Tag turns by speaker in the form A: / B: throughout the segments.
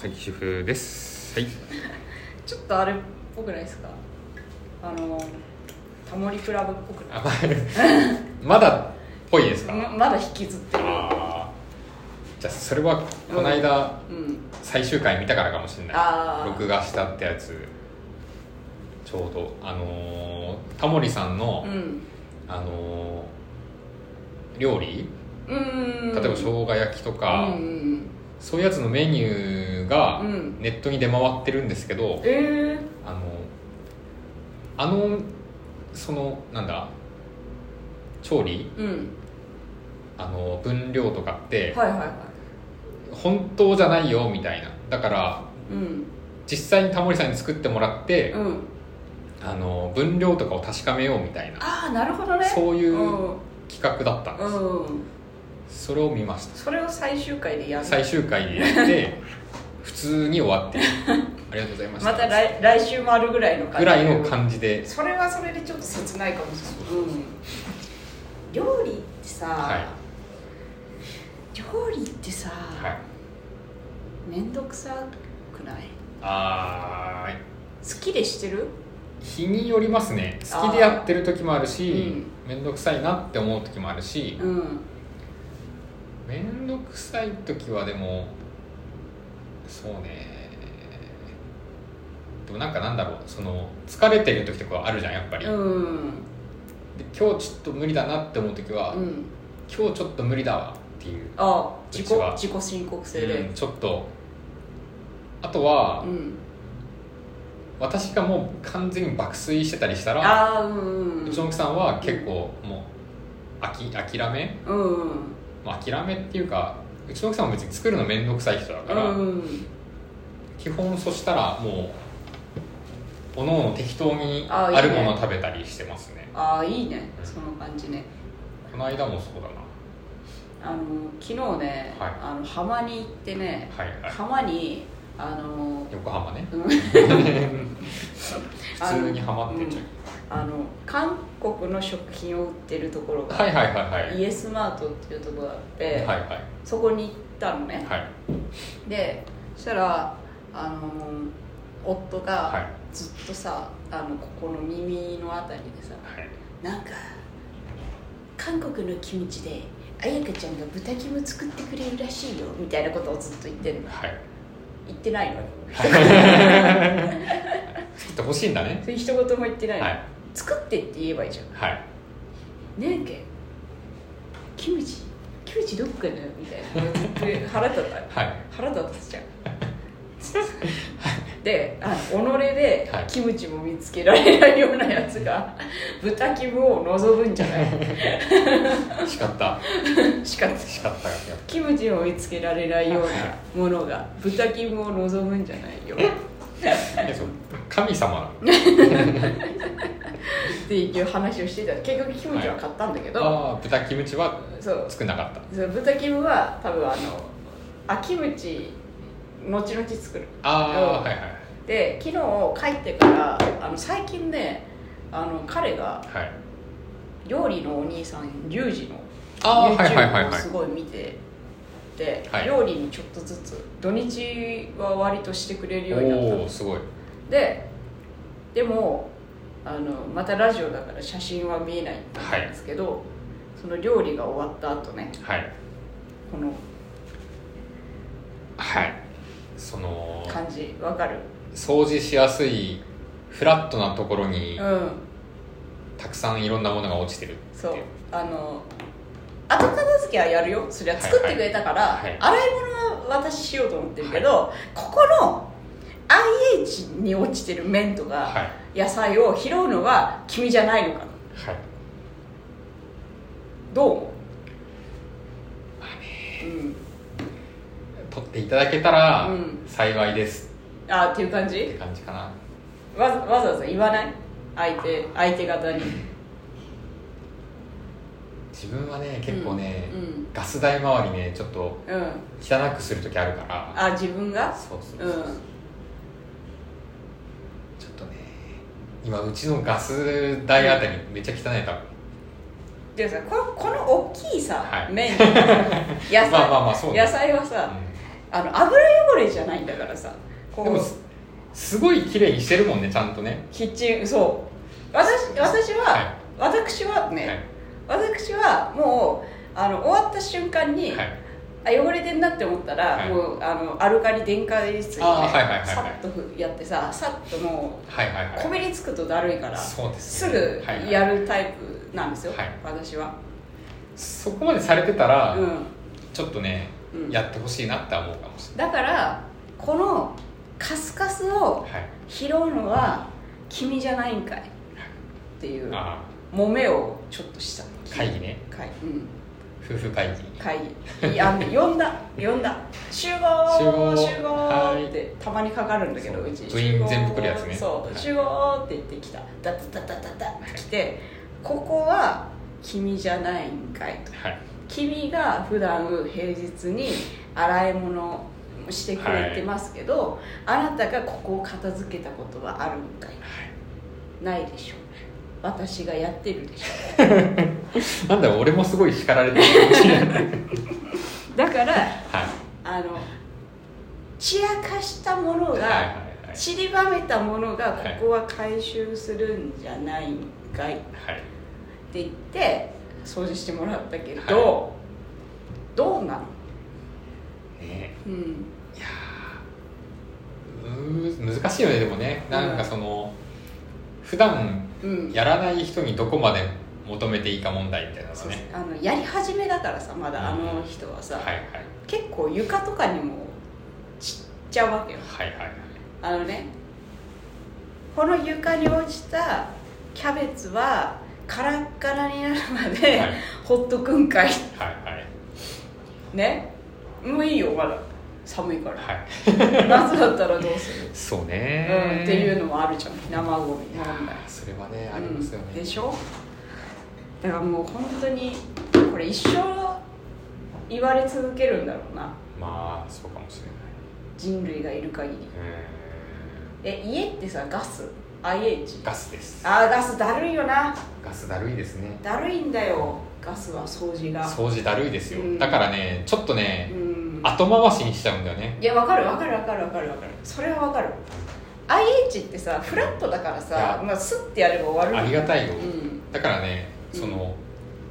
A: 崎主婦ですはい
B: ちょっとあれっぽくないですかあのタモリクラブっぽくない
A: あまだっぽいですか、
B: ままだ引きずってる
A: あーじゃあそれはこの間
B: うん
A: 最終回見たからかもしれな
B: あ
A: い
B: ー
A: 録画したってやつちょうどあのータモリさんの、
B: うん
A: あのー料理
B: うん
A: 例えば生姜焼きとか、
B: うんうん
A: そういうやつのメニューが
B: うん
A: ネットに出回ってるんですけど、
B: ええー、
A: あのあのそのなんだ調理
B: うん
A: あの分量とかって
B: はいはいはい
A: 本当じゃないよみたいなだから
B: うん
A: 実際にタモリさんに作ってもらって、
B: うん
A: あの分量とかを確かめようみたいな
B: ああなるほどね、
A: そういううん企画だったんです、
B: うん、
A: それを見ました
B: それを最終回でやる
A: 最終回でやって普通に終わってありがとうございました
B: また来来週もあるぐらいの感じ
A: ぐらいの感じで
B: それはそれでちょっと切ないかもしれない、うん、料理ってさ、
A: はい
B: 料理ってさ、
A: はい
B: 面倒くさくない
A: あー
B: 好きでしてる
A: 日によりますね好きでやってる時もある
B: あ
A: し
B: ー
A: 面倒、くさいなって思う時もあるし
B: うん
A: 面倒、くさい時はでもそうねでもなんかなんだろうその疲れてる時とかあるじゃんやっぱり、
B: うん
A: で今日ちょっと無理だなって思う時は、
B: うん
A: 今日ちょっと無理だわっていう、
B: あ自
A: うち
B: 己
A: は
B: 自己申告制
A: う
B: で
A: ん、ちょっとあとは、
B: うん
A: 私がもう完全に爆睡してたりしたら
B: ああうんうん
A: うちの奥さんは結構もうあき諦め、
B: うんうん
A: まあ、諦めっていうかうちの奥さんも別に作るの面倒くさい人だか
B: う
A: ら、
B: ん
A: 基本そしたらもうおのおの適当に
B: あ
A: あ
B: いいね
A: るものを食べたりしてますね
B: ああいいねその感じね
A: この間もそうだな
B: あの昨日ね、
A: はい
B: あの浜に行ってね
A: はいはい
B: 浜にあの
A: 横浜ね
B: うん
A: 普通にハマってっちゃう
B: あの韓国の食品を売ってるところが、
A: はいはいはいはい
B: イエスマートっていうところがあって、
A: はいはい
B: そこに行ったのね
A: はい
B: でそしたらあの夫
A: はい
B: がずっとさ、あのここの耳のあたりでさなんか韓国のキムチで彩香ちゃんが豚キム作ってくれるらしいよみたいなことをずっと言ってるの
A: はい
B: 言ってないのよ
A: 作ってほしいんだね
B: それ一言も言ってな
A: はいい
B: の、作ってって言えばいいじゃん
A: はい
B: ねえけキムチキムチどっかなみたいなで腹立った
A: はい
B: 腹立つじゃんであの己で
A: はい
B: キムチも見つけられないようなやつが豚キムを望むんじゃない
A: 叱った
B: しかも
A: 叱ったがやっ
B: キムチも見つけられないよう
A: は
B: ないものが豚キムを望むんじゃないよ
A: ぱりそう神様
B: っていう話をしてた結局キムチは買ったんだけ
A: だ
B: ど、
A: ああ豚キムチは
B: そう
A: 作んなかった
B: そう豚キムは多分あの秋口後々作る
A: ああ
B: うん
A: はいはい
B: で昨日帰ってからあの最近ねあの彼が
A: はい
B: 料理のお兄さんリュウジの
A: あーはいはいはいは
B: YouTube を
A: い
B: すごい見てで、
A: はい
B: 料理にちょっとずつ土日は割としてくれるようになった
A: お
B: の
A: おすごい
B: ででもあのまたラジオだから写真は見えないんですけど、その料理が終わった後ね
A: はい
B: この
A: はいその
B: 感じわかる
A: 掃除しやすいフラットなところに
B: うん
A: たくさんいろんなものが落ちてるって
B: そう
A: いう
B: あの後片付けはやるよそりゃ作ってくれたから、
A: はいはい
B: 洗い物は私しようと思ってるけど、ここの IH に落ちてる麺と
A: はい
B: か野菜を拾うのは君じゃないのかな
A: はい
B: どう思う、うん、
A: 取っていただけたら
B: うん
A: 幸いです
B: あーっていう感
A: って
B: じ
A: 感じかな
B: わざわざわざ言わない相手相手方に
A: 自分はね結構ね
B: うん
A: ガス代周りねちょっと
B: うん
A: 汚くする時あるから
B: あ自分が
A: そうそう
B: う
A: そうんちょっとね今うちのガス代あたりめっちゃ汚い多分
B: でさここの大きいさ、
A: はい
B: 麺野菜、
A: まあまあまあそうね
B: 野菜はさ、
A: う
B: あの油汚れじゃないんだからさこ
A: でも
B: う
A: すすごい綺麗にしてるもんねちゃんとね
B: キッチンそう私私は、
A: はい
B: 私はね、
A: はい
B: 私はもうあの終わった瞬間に、
A: はい
B: あ汚れてんなって思ったら、
A: はい
B: もうあのアルカリ電解水を
A: あー
B: ね
A: はいはいはいはい
B: さっとやってささっとも
A: はいうはい
B: こ
A: は
B: びりつくとだるいから、
A: いそうです
B: す
A: ね
B: ぐ
A: はいはい
B: やるタイプなんですよ、
A: はい
B: 私は、
A: そこまでされてたら、
B: う
A: ちょっとね
B: んうん、
A: やってほしいなって思うかもし
B: だからこのカスカ
A: れ
B: スを
A: ない、はい、
B: 拾うのは君じゃないんかいっていう
A: あ
B: 揉めをちょっとした
A: あ会議ね
B: 会,、うん、
A: 夫婦会議
B: 会議いや呼んだ呼んだ集合
A: 集合
B: 集
A: はい
B: 合ってたまにかかるんだけど
A: そう
B: うち
A: 部員
B: 集合
A: 全部来るやつね
B: そ
A: は
B: う
A: い
B: 集合って言ってきたダダダダダダって来てここは君じゃないんかいと
A: はい
B: 君が普段平日に洗い物をしてくれてますけど、あなたがここを片付けたことはあるんかいないでしょ私がやってるでしょ
A: なんだろう俺もすごい叱られてるかもしれない
B: だから
A: はい
B: あの散らかしたもの
A: はい
B: が、
A: はいはい
B: 散りばめたものが
A: はい
B: ここは回収するんじゃないんかいって
A: はい
B: 言って掃除してもらったけど、
A: は
B: どうなの、
A: ね
B: うん、
A: いやーうー難しいよねでもねなんかその、普段
B: うん
A: やらない人にどこまで求めていいか問題みたいなのが
B: そうそう
A: ね
B: あのやり始めだからさまだあ
A: うん
B: の人はさ、
A: はいはい
B: 結構床とかにも散っちゃうわけよ
A: はいはいはい
B: あのねこの床に落ちたキャベツはカラッカラになるまで、
A: はい
B: ほっとくんかい
A: はいはい
B: ねもういいよまだ寒いから
A: はい
B: 夏だったらどうする、
A: そう
B: うん、
A: ね
B: っていう
A: の
B: のもあるじゃん生ゴミ問題
A: それはねありますよね、
B: うんでしょだからもう本当にこれ一生言われ続けるんだろうな
A: まあそうかもしれ
B: 人類がいる限り
A: ない
B: え家ってさガス IH
A: うんガスです
B: あーガスだるいよな
A: ガスだるいですね
B: だるいんだよガスは掃除が
A: 掃除だるいですよ、
B: うん
A: だからねちょっとね
B: うん
A: 後回しにしちゃうんだよね
B: いやわかるわかるわかるわかるわかるそれはわかる IH ってさフラットだから
A: いや
B: さ、まあ、スッてやれば終わ
A: あ
B: る
A: りがたいよ、
B: うん
A: だからね
B: うん
A: その、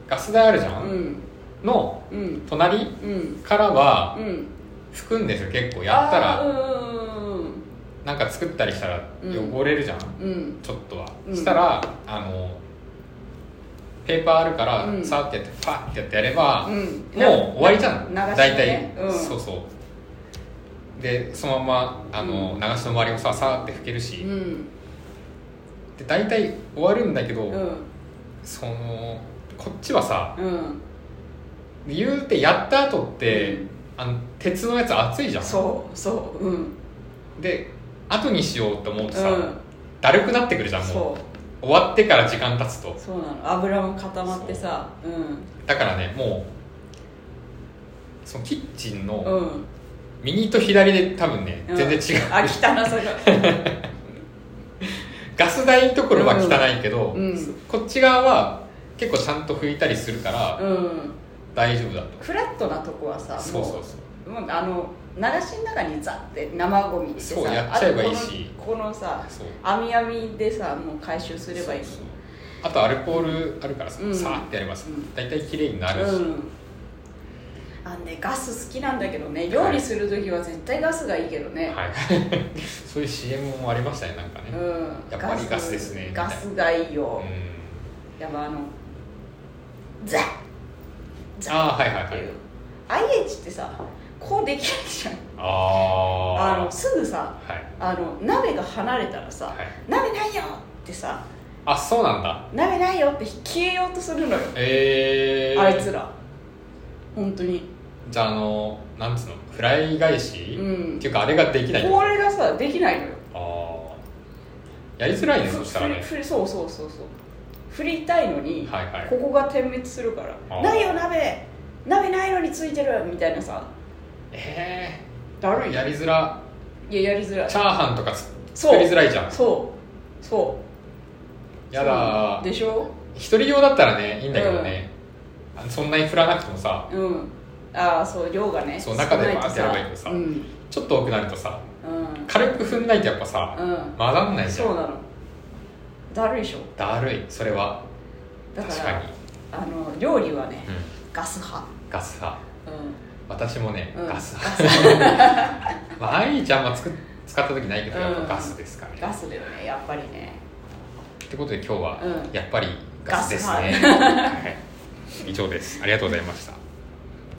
A: ガス台あるじゃ、
B: うんん
A: の
B: うん
A: 隣
B: うん
A: からは
B: うん
A: 拭くんですよ結構やった
B: あ
A: ら
B: ーうん
A: なんか作ったりしたら
B: うん
A: 汚れるじゃん、
B: うんうん
A: ちょっとは、
B: うん
A: したらあのペーパーあるから、
B: うん
A: さーってやってパッてやってやれば、
B: うんうん
A: もう終わりじゃん
B: な流しね
A: 大体、
B: うん
A: そうそうでそのままあの、
B: うん
A: 流しの周りもささーって拭けるし、
B: うん
A: で大体終わるんだけど、
B: うん
A: そのこっちはさ
B: うん
A: 言うてやった後って、
B: うん
A: あの鉄のやつ熱いじゃん
B: そうそううん
A: で後にしようと思うと
B: う
A: さ、
B: ん
A: だるくなってくるじゃんも
B: そう
A: 終わってから時間経つと
B: うそうなの油も固まってさう
A: だからねもうそのキッチン
B: ん
A: の
B: うん
A: 右と左で多分ね、
B: うん
A: 全然違う
B: あ汚さが
A: ガス台のところは汚いけど、
B: うん
A: こっち側は結構ちゃんと拭いたりするから
B: うん
A: 大丈夫だと、
B: フラットなとこはさ
A: そうそう
B: も
A: そう
B: うもうあの流しの中にザッて生ゴミでさ
A: そうやっちゃえばいいし
B: あとこのこのさ
A: そう
B: 網網でさもう回収すればいい
A: そうそうあとアルコールあるからさ、
B: うん
A: さーってやればさ
B: うん
A: 大体綺麗になるし、
B: うんあねガス好きなんだけどね料理する時は絶対ガスがいいけどね、
A: はい、 そういう CM もありましたねなんかね、
B: うん
A: やっぱりガスですねみたいな
B: ガスがいいよ
A: う、ん
B: やっぱあのザッザッ
A: ああはいはい
B: って
A: はいいう
B: IH ってさこうできないじゃんあ
A: あ
B: のすぐさ
A: あはい
B: あの鍋が離れたらさ
A: はい
B: 「鍋ないよ!」ってさ
A: あそうなんだ
B: 「鍋ないよ!」って消えようとするのよ、
A: えー、
B: あいつら本当に
A: じゃああのなんつうのフライ返し、
B: うん
A: っていうかあれができない
B: これがさできないのよ
A: ああやりづらいね
B: ふ
A: そしたらね
B: ふりそうそうそうそう振りたいのに、
A: はいはい
B: ここが点滅するから
A: あー
B: 「ないよ鍋鍋ないのについてる!」みたいなさ
A: え
B: だ
A: え
B: る
A: ー、
B: い
A: やりづら
B: いややりづらい
A: チャーハンとかつ
B: そう
A: 作りづらいじゃん
B: そうそう
A: やだー
B: でしょ
A: 一人用だったらねいいんだけどね、あのそんなに振らなくてもさ
B: うんああそう量がね
A: そう中でバーってやればいい
B: の
A: けどさ
B: うんうん
A: ちょっと多くなるとさ軽く踏んないとやっぱさ、
B: うん
A: 曲がんないじゃ
B: そうんなのだるいでしょ
A: だるいそれは
B: だ
A: 確
B: か
A: からに、
B: あの料理はね
A: うん、
B: ガス派
A: ガス派
B: う
A: 私もね、
B: うん
A: ガス派 まあ愛ちゃんは作っ使った時ないけど、やっぱガスですから
B: ん
A: ね
B: ガスだよねやっぱりね
A: ってことで今日は
B: うん
A: やっぱりガスですね、
B: ガス
A: はい、以上ですありがとうございました